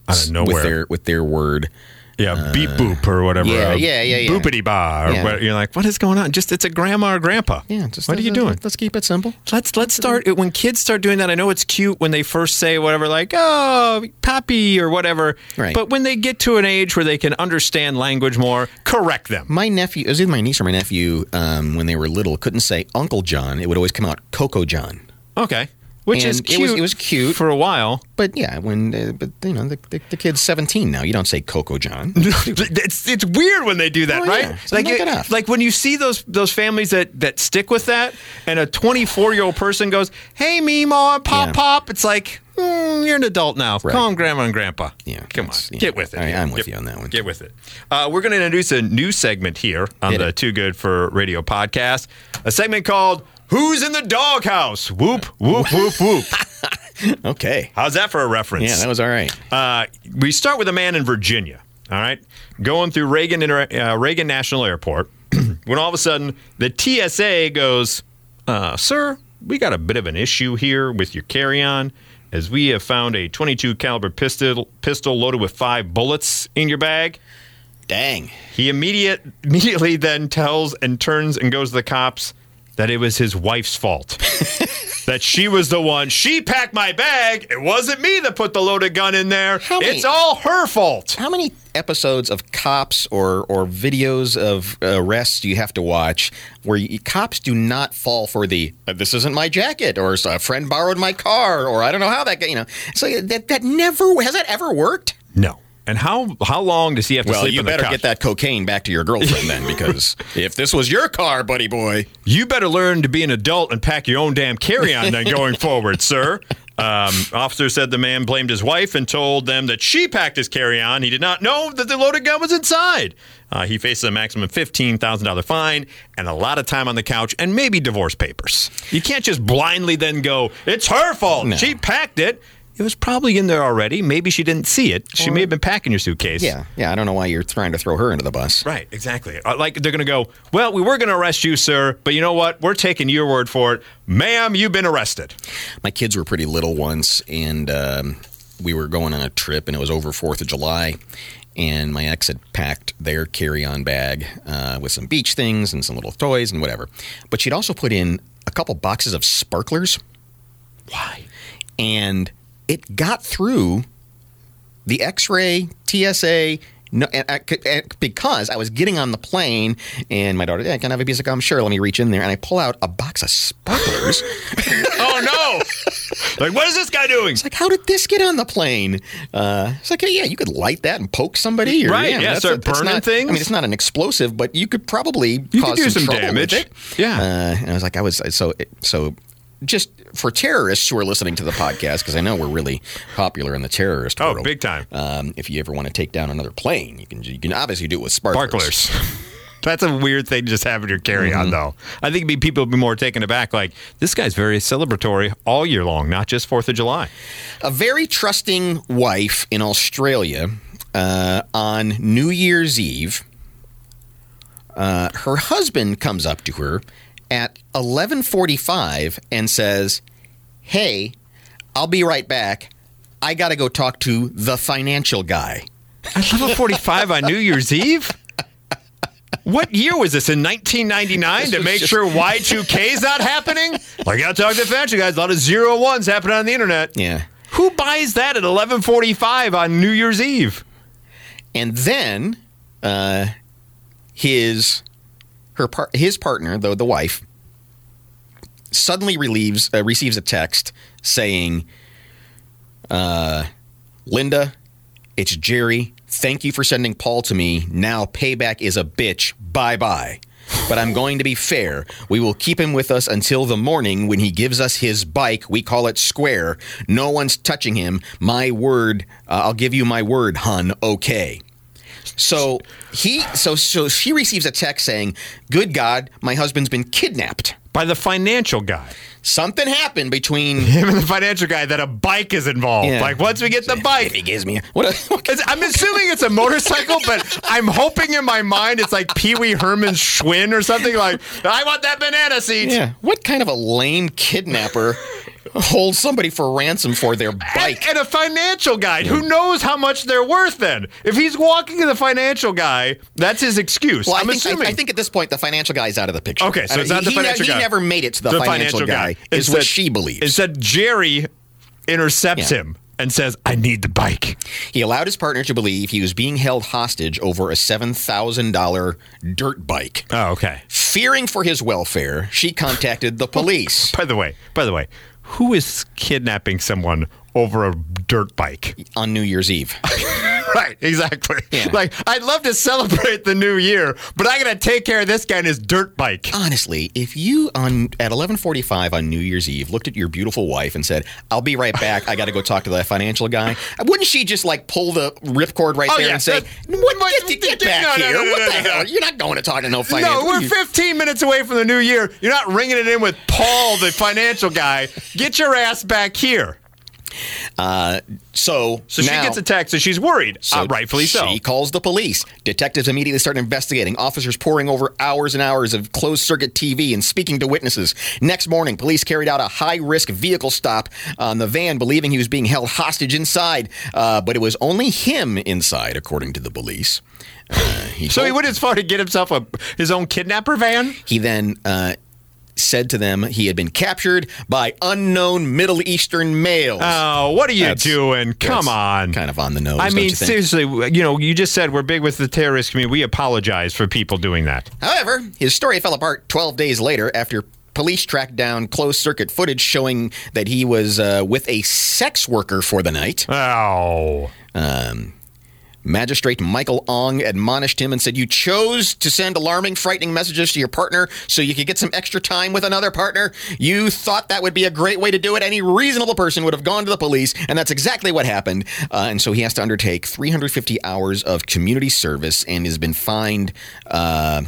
[SPEAKER 1] Out of
[SPEAKER 3] s-
[SPEAKER 1] nowhere.
[SPEAKER 3] with their with their word.
[SPEAKER 1] Yeah, beep boop or whatever.
[SPEAKER 3] Uh, yeah,
[SPEAKER 1] uh,
[SPEAKER 3] yeah, yeah, yeah.
[SPEAKER 1] Boopity ba. Or
[SPEAKER 3] Yeah.
[SPEAKER 1] what, you're like, what is going on? Just it's a grandma or grandpa.
[SPEAKER 3] Yeah, just
[SPEAKER 1] what are you doing?
[SPEAKER 3] Let's keep it simple.
[SPEAKER 1] Let's let's start when kids start doing that. I know it's cute when they first say whatever, like "oh, pappy" or whatever.
[SPEAKER 3] Right.
[SPEAKER 1] But when they get to an age where they can understand language more, correct them.
[SPEAKER 3] My nephew, it was either my niece or my nephew, um, when they were little, couldn't say Uncle John. It would always come out Coco John.
[SPEAKER 1] Okay, which is
[SPEAKER 3] And
[SPEAKER 1] cute.
[SPEAKER 3] it was- it was cute.
[SPEAKER 1] for a while.
[SPEAKER 3] But yeah, when uh, but you know the, the, the kid's seventeen now, you don't say Coco John.
[SPEAKER 1] it's it's weird when they do that,
[SPEAKER 3] Oh,
[SPEAKER 1] right?
[SPEAKER 3] yeah. So knock
[SPEAKER 1] you-
[SPEAKER 3] it off.
[SPEAKER 1] like when you see those those families that that stick with that, and a 24 year old person goes, "Hey, Mima, pop,
[SPEAKER 3] Yeah.
[SPEAKER 1] pop." It's like mm, you're an adult now. Call them grandma and grandpa.
[SPEAKER 3] Yeah,
[SPEAKER 1] come on,
[SPEAKER 3] that's- yeah.
[SPEAKER 1] get with it.
[SPEAKER 3] All right, I'm
[SPEAKER 1] Get-
[SPEAKER 3] with you on that one.
[SPEAKER 1] Get with it. Uh, we're going to introduce a new segment here on
[SPEAKER 3] Hit
[SPEAKER 1] the
[SPEAKER 3] it.
[SPEAKER 1] Too Good for Radio podcast. A segment called "Who's in the Doghouse?" Whoop whoop whoop whoop.
[SPEAKER 3] okay,
[SPEAKER 1] How's that for a reference?
[SPEAKER 3] yeah, that was all right.
[SPEAKER 1] Uh, we start with a man in Virginia. All right, going through Reagan Inter- uh, Reagan National Airport, when all of a sudden the TSA goes, uh, "Sir, we got a bit of an issue here with your carry-on, as we have found a 22 caliber pistol pistol loaded with five bullets in your bag."
[SPEAKER 3] Dang.
[SPEAKER 1] He immediate immediately then tells and turns and goes to the cops that it was his wife's fault. that she was the one. She packed my bag. It wasn't me that put the loaded gun in there.
[SPEAKER 3] How many-
[SPEAKER 1] it's all her fault.
[SPEAKER 3] How many episodes of cops or, or videos of arrests do you have to watch where you, cops do not fall for the "Uh, "this isn't my jacket" or "a friend borrowed my car" or I don't know how that guy, you know? So that that never has that ever worked.
[SPEAKER 1] No. And how how long does he have to
[SPEAKER 3] Well,
[SPEAKER 1] sleep
[SPEAKER 3] you
[SPEAKER 1] on the
[SPEAKER 3] better
[SPEAKER 1] couch?
[SPEAKER 3] get that cocaine back to your girlfriend then, because if this was your car, buddy boy,
[SPEAKER 1] You better learn to be an adult and pack your own damn carry-on then going forward, sir. Um, officer said the man blamed his wife and told them that she packed his carry-on. He did not know that the loaded gun was inside. Uh, he faces a maximum fifteen thousand dollar fine and a lot of time on the couch and maybe divorce papers. You can't just blindly then go, "It's her fault. She packed it." It was probably in there already. Maybe she didn't see it. She may have been packing your suitcase.
[SPEAKER 3] yeah, yeah, I don't know why you're trying to throw her into the bus.
[SPEAKER 1] Right, exactly. Uh, Like they're going to go, well, we were going to arrest you, sir, but you know what? We're taking your word for it. Ma'am, you've been arrested.
[SPEAKER 3] My kids were pretty little once, and um, we were going on a trip, and it was over Fourth of July, and my ex had packed their carry-on bag uh, with some beach things and some little toys and whatever, but she'd also put in a couple boxes of sparklers.
[SPEAKER 1] Why?
[SPEAKER 3] and it got through the X-ray, TSA. No, and I, could- and because I was getting on the plane, and my daughter, yeah, can I have a piece of gum? Sure, let me reach in there, and I pull out a box of sparklers.
[SPEAKER 1] Oh, no. like, what is this guy doing?
[SPEAKER 3] like, how did this get on the plane? Uh, it's like, yeah, you could light that and poke somebody, or,
[SPEAKER 1] Right, yeah, start
[SPEAKER 3] that's
[SPEAKER 1] burning
[SPEAKER 3] not-
[SPEAKER 1] things.
[SPEAKER 3] I mean, it's not an explosive, but you could probably
[SPEAKER 1] You could
[SPEAKER 3] cause
[SPEAKER 1] do some
[SPEAKER 3] trouble
[SPEAKER 1] damage.
[SPEAKER 3] With it.
[SPEAKER 1] Yeah.
[SPEAKER 3] uh, and I was like, I was so so. Just for terrorists who are listening to the podcast, because I know we're really popular in the terrorist
[SPEAKER 1] Oh,
[SPEAKER 3] world.
[SPEAKER 1] big time.
[SPEAKER 3] Um, if you ever want to take down another plane, you can you can obviously do it with sparklers.
[SPEAKER 1] Sparklers. That's a weird thing to just have in your carry-on, though. I think it'd be, people would be more taken aback. Like, this guy's very celebratory all year long, not just 4th of July.
[SPEAKER 3] A very trusting wife in Australia uh, on New Year's Eve, uh, her husband comes up to her at 11:45 and says, "Hey, I'll be right back. I got to go talk to the financial guy."
[SPEAKER 1] At level 45 on New Year's Eve? What year was this in 1999 to
[SPEAKER 3] was
[SPEAKER 1] make
[SPEAKER 3] just-
[SPEAKER 1] sure Y2K is not happening? Like I talked to fashion guys, a lot of zero ones happening on the internet.
[SPEAKER 3] Yeah.
[SPEAKER 1] Who buys that at 11:45 on New Year's Eve?
[SPEAKER 3] and then uh, his her par- his partner, though the wife, suddenly relieves uh, receives a text saying, uh, "Linda, it's Jerry. Thank you for sending Paul to me. Now payback is a bitch. Bye bye." But I'm going to be fair. We will keep him with us until the morning when he gives us his bike. We call it square. No one's touching him. My word, uh, I'll give you my word, hun. Okay. So he so so she receives a text saying, "Good God, my husband's been kidnapped.
[SPEAKER 1] By the financial guy.
[SPEAKER 3] Something happened between."
[SPEAKER 1] Him and the financial guy that a bike is involved.
[SPEAKER 3] Yeah.
[SPEAKER 1] Like once we get the bike,
[SPEAKER 3] He gives me a, what? A,
[SPEAKER 1] It's- I'm assuming it's a motorcycle, but I'm hoping in my mind it's like Pee Wee Herman's Schwinn or something. Like I want that banana seat.
[SPEAKER 3] yeah. What kind of a lame kidnapper holds somebody for ransom for their bike?
[SPEAKER 1] And, and a financial guy who knows how much they're worth then. If he's walking to the financial guy, that's his excuse.
[SPEAKER 3] Well, I
[SPEAKER 1] I'm
[SPEAKER 3] think, I-
[SPEAKER 1] assuming.
[SPEAKER 3] I, think at this point the financial guy's out of the picture.
[SPEAKER 1] Okay, so
[SPEAKER 3] I-
[SPEAKER 1] it's not
[SPEAKER 3] he,
[SPEAKER 1] the
[SPEAKER 3] he ne-
[SPEAKER 1] financial
[SPEAKER 3] he
[SPEAKER 1] guy.
[SPEAKER 3] never made it to the, financial, guy. Is what
[SPEAKER 1] Instead-
[SPEAKER 3] she believes.
[SPEAKER 1] Instead, Jerry intercepts
[SPEAKER 3] Yeah.
[SPEAKER 1] him and says, I need the bike.
[SPEAKER 3] He allowed his partner to believe he was being held hostage over a $7,000 dirt bike.
[SPEAKER 1] Oh, okay.
[SPEAKER 3] Fearing for his welfare, she contacted the police.
[SPEAKER 1] By the way, by the way, who is kidnapping someone over a dirt bike?
[SPEAKER 3] on New Year's Eve.
[SPEAKER 1] right, exactly. Like, I'd love to celebrate the new year, but I gotta take care of this guy and his dirt bike.
[SPEAKER 3] Honestly, if you on at 11:45 on New Year's Eve looked at your beautiful wife and said, "I'll be right back. I got to go talk to that financial guy." Wouldn't she just like pull the ripcord right
[SPEAKER 1] Oh,
[SPEAKER 3] there
[SPEAKER 1] yeah,
[SPEAKER 3] and say,
[SPEAKER 1] that-
[SPEAKER 3] "What?
[SPEAKER 1] what-
[SPEAKER 3] Get, get
[SPEAKER 1] no,
[SPEAKER 3] back
[SPEAKER 1] no, no,
[SPEAKER 3] here!
[SPEAKER 1] no,
[SPEAKER 3] what
[SPEAKER 1] no,
[SPEAKER 3] the
[SPEAKER 1] no.
[SPEAKER 3] hell? You're not going to talk to no financial."
[SPEAKER 1] No, we're 15 minutes away from the new year. You're not ringing it in with Paul, the financial guy. Get your ass back here.
[SPEAKER 3] Uh, so
[SPEAKER 1] So
[SPEAKER 3] now-
[SPEAKER 1] she gets attacked, so she's worried. uh, rightfully so.
[SPEAKER 3] She calls the police. Detectives immediately start investigating. Officers pouring over hours and hours of closed circuit TV and speaking to witnesses. Next morning, police carried out a high risk vehicle stop on the van, believing he was being held hostage inside. Uh, but it was only him inside, according to the police. Uh, he
[SPEAKER 1] so he
[SPEAKER 3] told-
[SPEAKER 1] went as far to get himself a his own kidnapper van.
[SPEAKER 3] he then uh, said to them he had been captured by unknown Middle Eastern males.
[SPEAKER 1] Oh, what are you
[SPEAKER 3] That's-
[SPEAKER 1] doing? Come
[SPEAKER 3] that's
[SPEAKER 1] on.
[SPEAKER 3] Kind of on the nose.
[SPEAKER 1] I
[SPEAKER 3] don't
[SPEAKER 1] mean,
[SPEAKER 3] you think?
[SPEAKER 1] seriously, you know, you just said we're big with the terrorist community. We apologize for people doing that.
[SPEAKER 3] However, his story fell apart 12 days later after police tracked down closed circuit footage showing that he was uh, with a sex worker for the night.
[SPEAKER 1] Oh.
[SPEAKER 3] Magistrate Michael Ong admonished him and said, You chose to send alarming, frightening messages to your partner so you could get some extra time with another partner. You thought that would be a great way to do it. Any reasonable person would have gone to the police, and that's exactly what happened. Uh, and so he has to undertake 350 hours of community service and has been fined. Uh,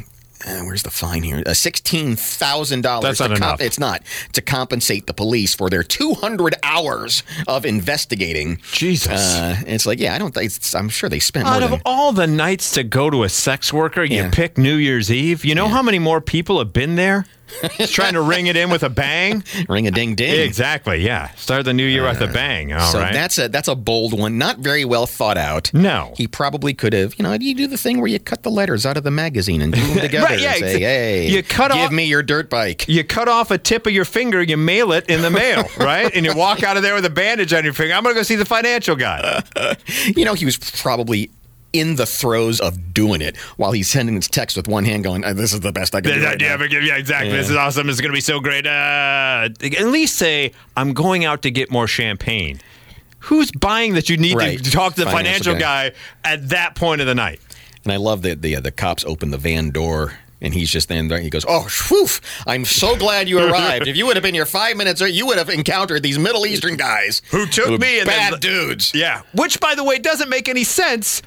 [SPEAKER 3] uh, where's the fine here? Uh, Sixteen thousand dollars.
[SPEAKER 1] That's not enough.
[SPEAKER 3] It's not to compensate the police for their two hundred hours of investigating.
[SPEAKER 1] Jesus.
[SPEAKER 3] Uh, and it's like, yeah, I don't. think it's- I'm sure they spent.
[SPEAKER 1] Out
[SPEAKER 3] more
[SPEAKER 1] of
[SPEAKER 3] than-
[SPEAKER 1] all the nights to go to a sex worker, you
[SPEAKER 3] Yeah.
[SPEAKER 1] pick New Year's Eve. You know how many more people have been there? Just trying to ring it in with a bang?
[SPEAKER 3] ring a ding ding.
[SPEAKER 1] Exactly, yeah. Start the new year with a bang, All right.
[SPEAKER 3] So that's a that's a bold one, not very well thought out.
[SPEAKER 1] No.
[SPEAKER 3] he probably could have. You know, you do the thing where you cut the letters out of the magazine and glue them together
[SPEAKER 1] yeah,
[SPEAKER 3] and say,
[SPEAKER 1] exa-
[SPEAKER 3] "Hey,
[SPEAKER 1] you cut
[SPEAKER 3] give
[SPEAKER 1] off-
[SPEAKER 3] me your dirt bike."
[SPEAKER 1] you cut off a tip of your finger, you mail it in the mail, right? And you walk out of there with a bandage on your finger. I'm going to go see the financial guy.
[SPEAKER 3] You know, he was probably in the throes of doing it while he's sending this text with one hand, going, "Uh, "This is the best I can do."
[SPEAKER 1] yeah,
[SPEAKER 3] right now."
[SPEAKER 1] but- yeah, exactly. This is awesome. This is going to be so great. Uh, at least say, I'm going out to get more champagne. Who's buying that you need
[SPEAKER 3] Right.
[SPEAKER 1] to talk to the
[SPEAKER 3] Financial
[SPEAKER 1] financial, guy. at that point of the night?
[SPEAKER 3] And I love that the uh, the cops open the van door. And he's just in there. He goes, "Oh, whew! I'm so glad you arrived. If you would have been here five minutes, early, you would have encountered these Middle Eastern guys
[SPEAKER 1] Who took me and then-
[SPEAKER 3] bad dudes.
[SPEAKER 1] Yeah. Which, by the way, doesn't make any sense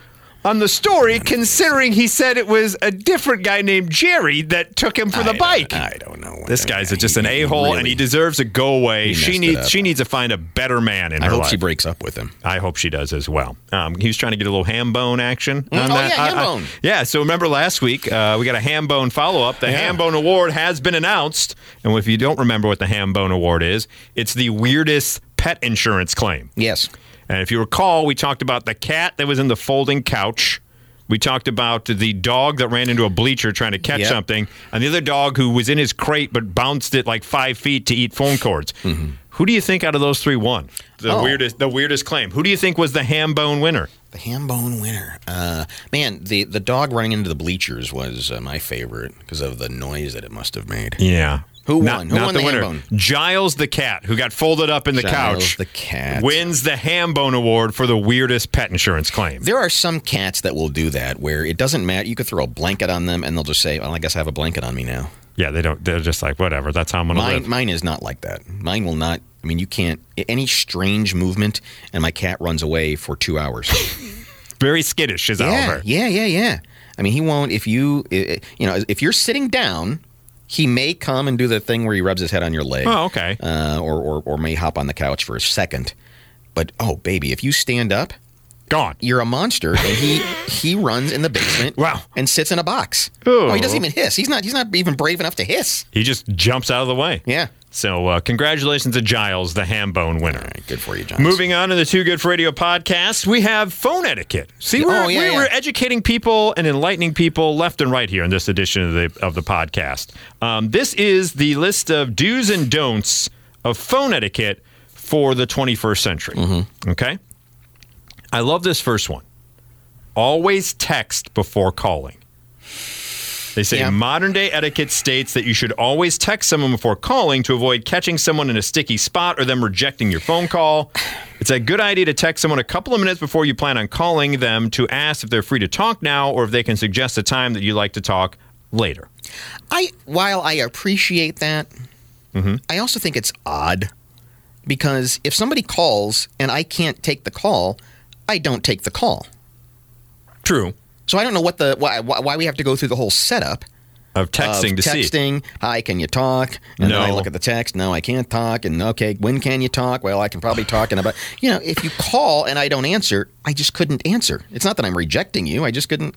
[SPEAKER 1] on the story, considering he said it was a different guy named Jerry that took him for the
[SPEAKER 3] I-
[SPEAKER 1] bike.
[SPEAKER 3] I don't know. what
[SPEAKER 1] This
[SPEAKER 3] that-
[SPEAKER 1] guy's just an
[SPEAKER 3] he- he
[SPEAKER 1] a hole, and
[SPEAKER 3] really-
[SPEAKER 1] he deserves to go away.
[SPEAKER 3] messed
[SPEAKER 1] She
[SPEAKER 3] it up.
[SPEAKER 1] needs she needs to find a better man in
[SPEAKER 3] I
[SPEAKER 1] her
[SPEAKER 3] hope
[SPEAKER 1] life.
[SPEAKER 3] she breaks up with him.
[SPEAKER 1] I hope she does as well. Um, he was trying to get a little ham bone action. on
[SPEAKER 3] oh,
[SPEAKER 1] that.
[SPEAKER 3] yeah, ham
[SPEAKER 1] I- I-
[SPEAKER 3] bone.
[SPEAKER 1] yeah. So remember last week uh, we got a ham bone follow up. The ham bone award has been announced, and if you don't remember what the ham bone award is, it's the weirdest pet insurance claim.
[SPEAKER 3] Yes.
[SPEAKER 1] And if you recall, we talked about the cat that was in the folding couch. We talked about the dog that ran into a bleacher trying to catch
[SPEAKER 3] Yep.
[SPEAKER 1] something, and the other dog who was in his crate but bounced it like five feet to eat phone cords. Who do you think out of those three won? The
[SPEAKER 3] Mm-hmm. Oh.
[SPEAKER 1] weirdest, the weirdest claim. Who do you think was the ham bone winner?
[SPEAKER 3] The ham bone winner. Uh, man, the, the dog running into the bleachers was uh, my favorite because of the noise that it must have made.
[SPEAKER 1] Yeah.
[SPEAKER 3] Who
[SPEAKER 1] Not,
[SPEAKER 3] won? Who
[SPEAKER 1] not
[SPEAKER 3] won
[SPEAKER 1] the,
[SPEAKER 3] the ham
[SPEAKER 1] winner.
[SPEAKER 3] bone?
[SPEAKER 1] Giles the cat, who got folded up in the
[SPEAKER 3] Giles
[SPEAKER 1] couch,
[SPEAKER 3] the cat.
[SPEAKER 1] wins the ham bone award for the weirdest pet insurance claim.
[SPEAKER 3] There are some cats that will do that where it doesn't matter. You could throw a blanket on them and they'll just say, well, I guess I have a blanket on me now.
[SPEAKER 1] Yeah, they don't. They're just like whatever. That's how I'm gonna live.
[SPEAKER 3] Mine, mine is not like that. Mine will not. I mean, you can't. Any strange movement and my cat runs away for two hours.
[SPEAKER 1] Very skittish is
[SPEAKER 3] Yeah,
[SPEAKER 1] Oliver.
[SPEAKER 3] yeah, yeah, yeah. I mean, he won't if you i- you know if you're sitting down. He may come and do the thing where he rubs his head on your leg.
[SPEAKER 1] Oh, okay.
[SPEAKER 3] Uh, or, or or may hop on the couch for a second. But oh, baby, if you stand up,
[SPEAKER 1] Gone.
[SPEAKER 3] you're a monster. And he he runs in the basement.
[SPEAKER 1] Wow.
[SPEAKER 3] And sits in a box.
[SPEAKER 1] Ooh.
[SPEAKER 3] Oh, he doesn't even hiss. He's not. He's not even brave enough to hiss.
[SPEAKER 1] He just jumps out of the way.
[SPEAKER 3] Yeah.
[SPEAKER 1] So, uh, congratulations to Giles, the ham bone winner.
[SPEAKER 3] All right. Good for you, John.
[SPEAKER 1] Moving on to the Too Good for Radio podcast, we have phone etiquette. See,
[SPEAKER 3] Yeah,
[SPEAKER 1] we're,
[SPEAKER 3] oh, yeah,
[SPEAKER 1] we're,
[SPEAKER 3] yeah.
[SPEAKER 1] we're educating people and enlightening people left and right here in this edition of the, of the podcast. Um, this is the list of do's and don'ts of phone etiquette for the 21st century.
[SPEAKER 3] Mm-hmm.
[SPEAKER 1] Okay. I love this first one. Always text before calling. They say
[SPEAKER 3] Yeah.
[SPEAKER 1] modern day etiquette states that you should always text someone before calling to avoid catching someone in a sticky spot or them rejecting your phone call. It's a good idea to text someone a couple of minutes before you plan on calling them to ask if they're free to talk now or if they can suggest a time that you like to talk later.
[SPEAKER 3] I while I appreciate that, I also think it's odd because if somebody calls and I can't take the call, I don't take the call.
[SPEAKER 1] True.
[SPEAKER 3] So I don't know what the why why why we have to go through the whole setup
[SPEAKER 1] Of
[SPEAKER 3] of
[SPEAKER 1] texting to see.
[SPEAKER 3] texting. Hi, can you talk? And then I
[SPEAKER 1] No.
[SPEAKER 3] look at the text. No, I can't talk. And okay, when can you talk? Well, I can probably talk. And about you know, if you call and I don't answer, I just couldn't answer. It's not that I'm rejecting you. I just couldn't.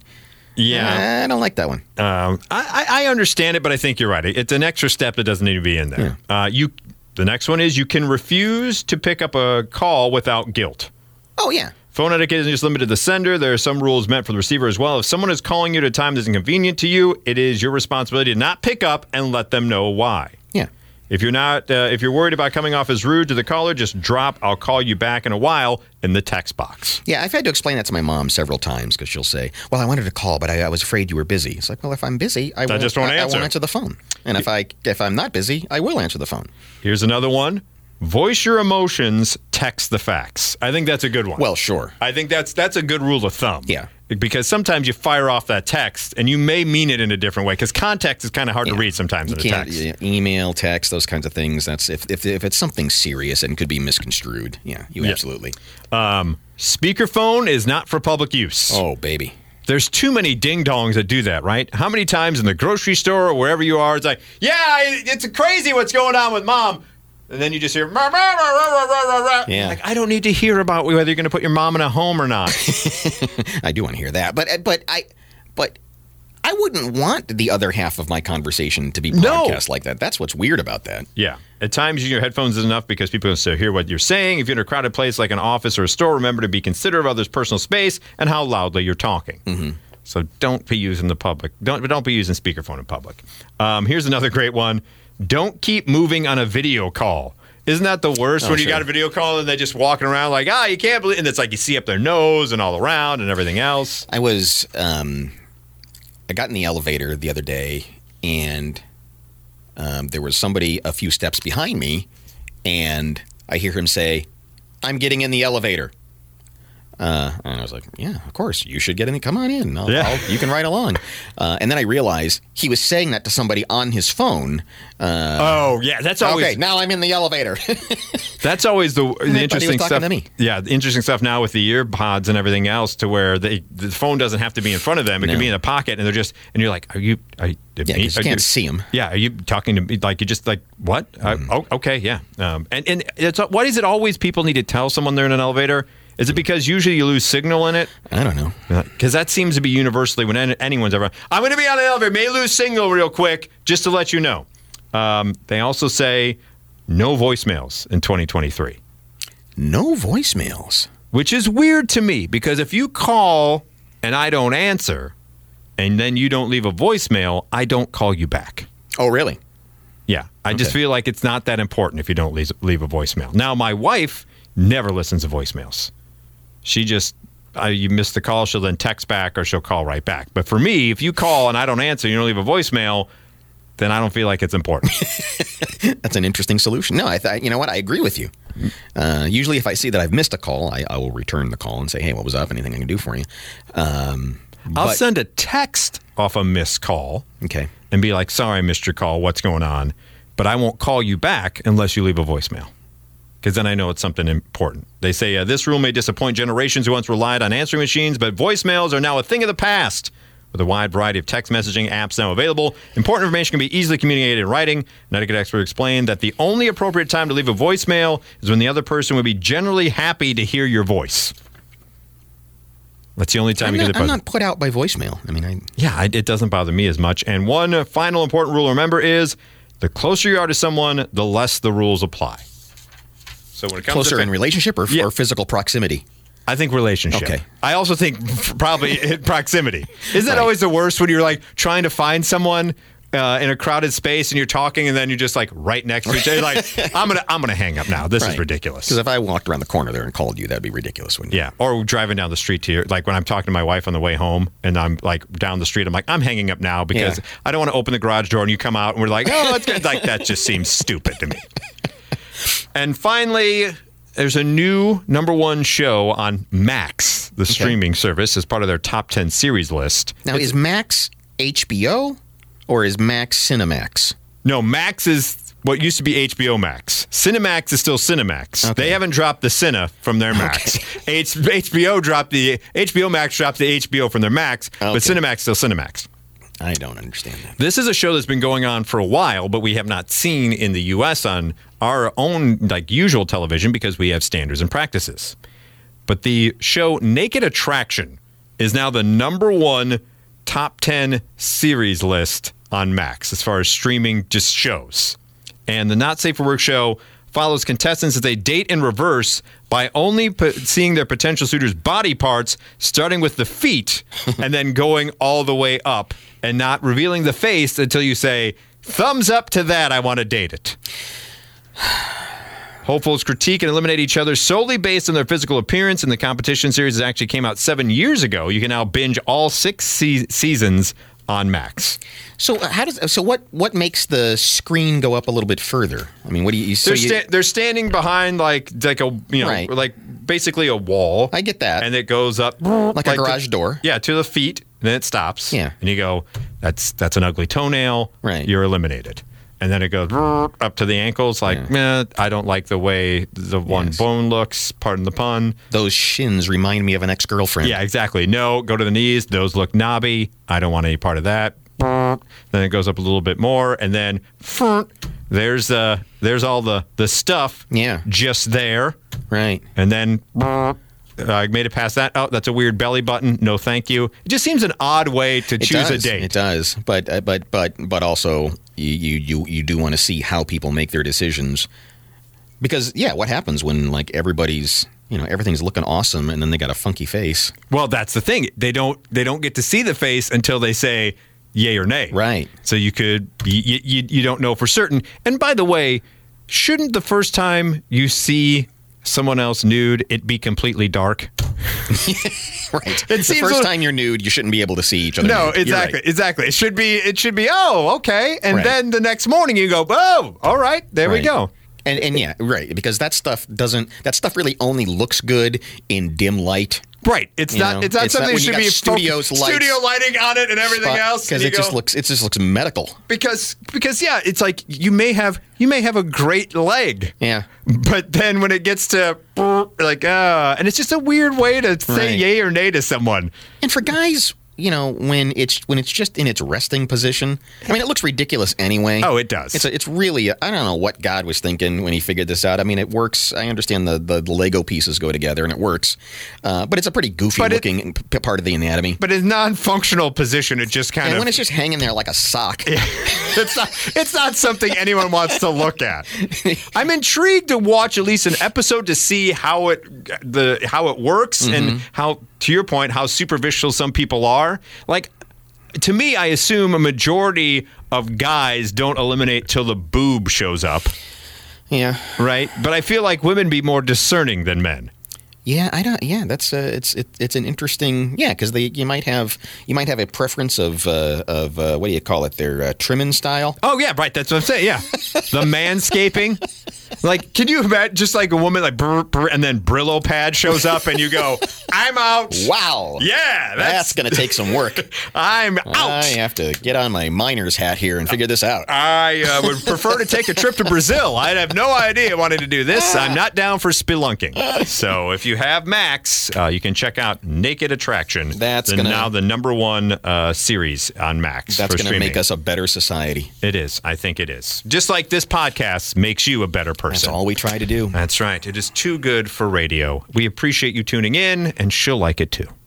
[SPEAKER 3] "Eh,
[SPEAKER 1] Yeah.
[SPEAKER 3] I don't like that one.
[SPEAKER 1] Um, I, I I understand it, but I think you're right. It- It's an extra step that doesn't need to be in there. Uh, you, the next one is you can refuse to pick up a call without guilt.
[SPEAKER 3] Oh yeah.
[SPEAKER 1] Phone etiquette isn't just limited to the sender. There are some rules meant for the receiver as well. If someone is calling you at a time that's inconvenient to you, it is your responsibility to not pick up and let them know why.
[SPEAKER 3] Yeah.
[SPEAKER 1] If you're not, uh, if you're worried about coming off as rude to the caller, just drop "I'll call you back in a while" in the text box.
[SPEAKER 3] Yeah, I've had to explain that to my mom several times because she'll say, "Well, I wanted to call, but I, I was afraid you were busy." It's like, well, if I'm busy, I, won't,
[SPEAKER 1] just won't
[SPEAKER 3] I- I
[SPEAKER 1] answer.
[SPEAKER 3] won't answer the phone, and if I if I'm not busy, I will answer the phone.
[SPEAKER 1] Here's another one: voice your emotions, text the facts. I think that's a good one.
[SPEAKER 3] Well, sure.
[SPEAKER 1] I think that's that's a good rule of thumb.
[SPEAKER 3] Yeah.
[SPEAKER 1] Because sometimes you fire off that text and you may mean it in a different way because context is kind of hard to read sometimes
[SPEAKER 3] You
[SPEAKER 1] in a
[SPEAKER 3] can't
[SPEAKER 1] text.
[SPEAKER 3] yeah, email, text, those kinds of things. That's if, if, if it's something serious and could be misconstrued. Yeah, you absolutely.
[SPEAKER 1] Um, speakerphone is not for public use.
[SPEAKER 3] Oh, baby.
[SPEAKER 1] There's too many ding dongs that do that, right? How many times in the grocery store or wherever you are, it's like, yeah, I- it's crazy what's going on with mom. And then you just hear, "Rah, rah, rah, rah, rah, rah, rah."
[SPEAKER 3] Yeah.
[SPEAKER 1] like, I don't need to hear about whether you're going to put your mom in a home or not.
[SPEAKER 3] I do want to hear that, but uh, but I but I wouldn't want the other half of my conversation to be
[SPEAKER 1] No.
[SPEAKER 3] broadcast like that. That's what's weird about that.
[SPEAKER 1] yeah. At times, your headphones is enough because people can still hear what you're saying. If you're in a crowded place like an office or a store, remember to be considerate of others' personal space and how loudly you're talking.
[SPEAKER 3] Mm-hmm.
[SPEAKER 1] So don't be using the public. Don't don't be using speakerphone in public. Um, here's another great one. Don't keep moving on a video call. Isn't that the worst when you
[SPEAKER 3] Oh, sure.
[SPEAKER 1] got a video call and they're just walking around like, ah, you can't believe, and it's like you see up their nose and all around and everything else.
[SPEAKER 3] I was um, I got in the elevator the other day, and um, there was somebody a few steps behind me, and I hear him say, "I'm getting in the elevator." Uh, and I was like, "Yeah, of course you should get in. Come on in. I'll,
[SPEAKER 1] Yeah.
[SPEAKER 3] I'll- you can ride along." Uh, and then I realized he was saying that to somebody on his phone. uh,
[SPEAKER 1] oh yeah, that's always
[SPEAKER 3] Uh-huh. okay, now I'm in the elevator.
[SPEAKER 1] That's always the, the
[SPEAKER 3] was
[SPEAKER 1] interesting
[SPEAKER 3] talking
[SPEAKER 1] stuff.
[SPEAKER 3] to me.
[SPEAKER 1] Yeah, the interesting stuff now with the ear pods and everything else, to where they, the phone doesn't have to be in front of them; it
[SPEAKER 3] No.
[SPEAKER 1] can be in a pocket, and they're just and you're like, "Are you? Are you,
[SPEAKER 3] Yeah, 'cause you
[SPEAKER 1] are
[SPEAKER 3] can't see Mm-hmm. 'em.
[SPEAKER 1] Yeah, are you talking to me? Like you just like what? I- oh, okay, yeah. Um, and and it's what is it always people need to tell someone they're in an elevator? Is it because usually you lose signal in it?
[SPEAKER 3] I don't know.
[SPEAKER 1] Because that seems to be universally when an- anyone's ever, I'm going to be on an elevator, may lose signal real quick, just to let you know. Um, they also say no voicemails in 2023,
[SPEAKER 3] No voicemails.
[SPEAKER 1] which is weird to me because if you call and I don't answer and then you don't leave a voicemail, I don't call you back.
[SPEAKER 3] Oh, really?
[SPEAKER 1] Yeah. I just feel like it's not that important if you don't leave, leave a voicemail. Now, my wife never listens to voicemails. She just, uh, you miss the call, she'll then text back or she'll call right back. But for me, if you call and I don't answer, you don't leave a voicemail, then I don't feel like it's important.
[SPEAKER 3] That's an interesting solution. No, I th- you know what? I agree with you. Uh, usually, if I see that I've missed a call, I, I will return the call and say, "Hey, what was up? Anything I can do for you?" Um,
[SPEAKER 1] I'll
[SPEAKER 3] but-
[SPEAKER 1] send a text off a missed call
[SPEAKER 3] okay.
[SPEAKER 1] and be like, sorry, I missed your call. What's going on? But I won't call you back unless you leave a voicemail. Because then I know it's something important. They say uh, this rule may disappoint generations who once relied on answering machines, but voicemails are now a thing of the past. With a wide variety of text messaging apps now available, important information can be easily communicated in writing. An etiquette expert explained that the only appropriate time to leave a voicemail is when the other person would be generally happy to hear your voice. That's the only time
[SPEAKER 3] I'm
[SPEAKER 1] you get
[SPEAKER 3] not,
[SPEAKER 1] the
[SPEAKER 3] I'm
[SPEAKER 1] buzz.
[SPEAKER 3] not put out by voicemail. I mean, I
[SPEAKER 1] Yeah, I- it doesn't bother me as much. And one final important rule to remember is the closer you are to someone, the less the rules apply. So when it comes
[SPEAKER 3] closer
[SPEAKER 1] to
[SPEAKER 3] in relationship or,
[SPEAKER 1] Yeah.
[SPEAKER 3] or physical proximity.
[SPEAKER 1] I think relationship.
[SPEAKER 3] Okay.
[SPEAKER 1] I also think probably in proximity. Isn't that
[SPEAKER 3] Right.
[SPEAKER 1] always the worst when you're like trying to find someone uh, in a crowded space and you're talking and then you're just like right next to each other? Like I'm gonna I'm gonna hang up now. This is ridiculous.
[SPEAKER 3] Because if I walked around the corner there and called you, that'd be ridiculous. Wouldn't it?
[SPEAKER 1] Yeah, or driving down the street to your, like when I'm talking to my wife on the way home, and I'm like down the street, I'm like I'm hanging up now because
[SPEAKER 3] Yeah.
[SPEAKER 1] I don't want to open the garage door, and you come out, and we're like, oh, let's get like that. Just seems stupid to me. and finally, there's a new number one show on Max, the streaming service, as part of their top ten series list.
[SPEAKER 3] Now, is Max HBO or is Max Cinemax?
[SPEAKER 1] No, Max is what used to be HBO Max. Cinemax is still Cinemax. They haven't dropped the Cine from their Max. H- HBO dropped the HBO Max dropped the HBO from their Max, but
[SPEAKER 3] Okay.
[SPEAKER 1] Cinemax still Cinemax.
[SPEAKER 3] I don't understand that.
[SPEAKER 1] This is a show that's been going on for a while, but we have not seen in the U.S. on our own like usual television because we have standards and practices. But the show Naked Attraction is now the number one top ten series list on Max as far as streaming just shows. And the Not Safe for Work show follows contestants as they date in reverse by only po- seeing their potential suitors' body parts, starting with the feet and then going all the way up and not revealing the face until you say, thumbs up to that, I want to date it. Hopefuls critique and eliminate each other solely based on their physical appearance. And the competition series that actually came out seven years ago. You can now binge all six se- seasons on Macs.
[SPEAKER 3] So uh, how does so what what makes the screen go up a little bit further? I mean, what do you? you- So
[SPEAKER 1] They're,
[SPEAKER 3] you-
[SPEAKER 1] sta- they're standing behind like like a you know
[SPEAKER 3] Right.
[SPEAKER 1] like basically a wall.
[SPEAKER 3] I get that.
[SPEAKER 1] and it goes up
[SPEAKER 3] like, a garage door.
[SPEAKER 1] Yeah, to the feet, and then it stops.
[SPEAKER 3] Yeah.
[SPEAKER 1] and you go, that's that's an ugly toenail.
[SPEAKER 3] Right.
[SPEAKER 1] you're eliminated. And then it goes brrr, up to the ankles, like, meh, I don't like the way the one
[SPEAKER 3] Yes.
[SPEAKER 1] bone looks. Pardon the pun.
[SPEAKER 3] Those shins remind me of an ex girlfriend.
[SPEAKER 1] Yeah, exactly. No, go to the knees. Those look knobby. I don't want any part of that. Then it goes up a little bit more, and then there's uh, there's all the the stuff.
[SPEAKER 3] Yeah.
[SPEAKER 1] just there,
[SPEAKER 3] Right.
[SPEAKER 1] and then I made it past that. Oh, that's a weird belly button. No, thank you. It just seems an odd way to
[SPEAKER 3] It
[SPEAKER 1] choose
[SPEAKER 3] does.
[SPEAKER 1] a date.
[SPEAKER 3] It does, but uh, but but but also you you you, you do want to see how people make their decisions because yeah, what happens when like everybody's you know everything's looking awesome and then they got a funky face,
[SPEAKER 1] Well, that's the thing. They don't they don't get to see the face until they say yay or nay.
[SPEAKER 3] Right.
[SPEAKER 1] So you could you you, you don't know for certain. And by the way, shouldn't the first time you see someone else nude, it be completely dark?
[SPEAKER 3] right?
[SPEAKER 1] It
[SPEAKER 3] the
[SPEAKER 1] seems
[SPEAKER 3] first
[SPEAKER 1] a-
[SPEAKER 3] time you're nude, you shouldn't be able to see each other.
[SPEAKER 1] No,
[SPEAKER 3] nude. You're right.
[SPEAKER 1] exactly, exactly. It should be it should be oh okay, and
[SPEAKER 3] Right.
[SPEAKER 1] then the next morning you go oh all right there we
[SPEAKER 3] Right.
[SPEAKER 1] go.
[SPEAKER 3] And, and yeah, right, because that stuff doesn't. That stuff really only looks good in dim light.
[SPEAKER 1] Right. It's
[SPEAKER 3] You
[SPEAKER 1] not.
[SPEAKER 3] know,
[SPEAKER 1] it's not
[SPEAKER 3] it's
[SPEAKER 1] something
[SPEAKER 3] not
[SPEAKER 1] that
[SPEAKER 3] when you
[SPEAKER 1] should
[SPEAKER 3] got
[SPEAKER 1] be
[SPEAKER 3] studios
[SPEAKER 1] focused-
[SPEAKER 3] lights.
[SPEAKER 1] studio lighting on it and everything else. and
[SPEAKER 3] because it
[SPEAKER 1] you
[SPEAKER 3] just
[SPEAKER 1] go-
[SPEAKER 3] looks it just looks medical.
[SPEAKER 1] because because yeah, it's like you may have you may have a great leg.
[SPEAKER 3] Yeah.
[SPEAKER 1] But then when it gets to like uh and it's just a weird way to say
[SPEAKER 3] Right.
[SPEAKER 1] yay or nay to someone.
[SPEAKER 3] And for guys, you know, when it's when it's just in its resting position, I mean, it looks ridiculous anyway.
[SPEAKER 1] Oh, it does.
[SPEAKER 3] It's a, it's really I don't know what God was thinking when he figured this out. I mean, it works. I understand the the, the Lego pieces go together and it works, uh, but it's a pretty goofy
[SPEAKER 1] But it-
[SPEAKER 3] looking p- part of the anatomy.
[SPEAKER 1] But in non-functional position, it just kind
[SPEAKER 3] and
[SPEAKER 1] of
[SPEAKER 3] when it's just hanging there like a sock,
[SPEAKER 1] it's not it's not something anyone wants to look at. I'm intrigued to watch at least an episode to see how it the how it works
[SPEAKER 3] Mm-hmm.
[SPEAKER 1] and how to your point how superficial some people are. Like to me, I assume a majority of guys don't eliminate till the boob shows up,
[SPEAKER 3] yeah,
[SPEAKER 1] right? But I feel like women be more discerning than men.
[SPEAKER 3] yeah, I don't, yeah, that's uh, it's it, it's an interesting, yeah, because they you might have you might have a preference of uh, of uh, what do you call it their uh, trimming style.
[SPEAKER 1] Oh yeah, right. That's what I'm saying. Yeah, the manscaping. Like, can you imagine? Just like a woman, like, brr, brr, and then Brillo pad shows up, and you go, "I'm out."
[SPEAKER 3] Wow.
[SPEAKER 1] Yeah,
[SPEAKER 3] That's
[SPEAKER 1] that's,
[SPEAKER 3] going to take some work.
[SPEAKER 1] I'm out.
[SPEAKER 3] I have to get on my miner's hat here and figure this out.
[SPEAKER 1] I uh, would prefer to take a trip to Brazil. I'd have no idea wanting to do this. I'm not down for spelunking. So if you have Max, uh, you can check out Naked Attraction.
[SPEAKER 3] That's
[SPEAKER 1] the,
[SPEAKER 3] gonna-
[SPEAKER 1] now the number one uh, series on Max.
[SPEAKER 3] That's
[SPEAKER 1] for
[SPEAKER 3] going to
[SPEAKER 1] streaming.
[SPEAKER 3] make us a better society.
[SPEAKER 1] It is. I think it is. Just like this podcast makes you a better
[SPEAKER 3] That's
[SPEAKER 1] person.
[SPEAKER 3] all we try to do.
[SPEAKER 1] That's right. It is too good for radio. We appreciate you tuning in, and she'll like it too.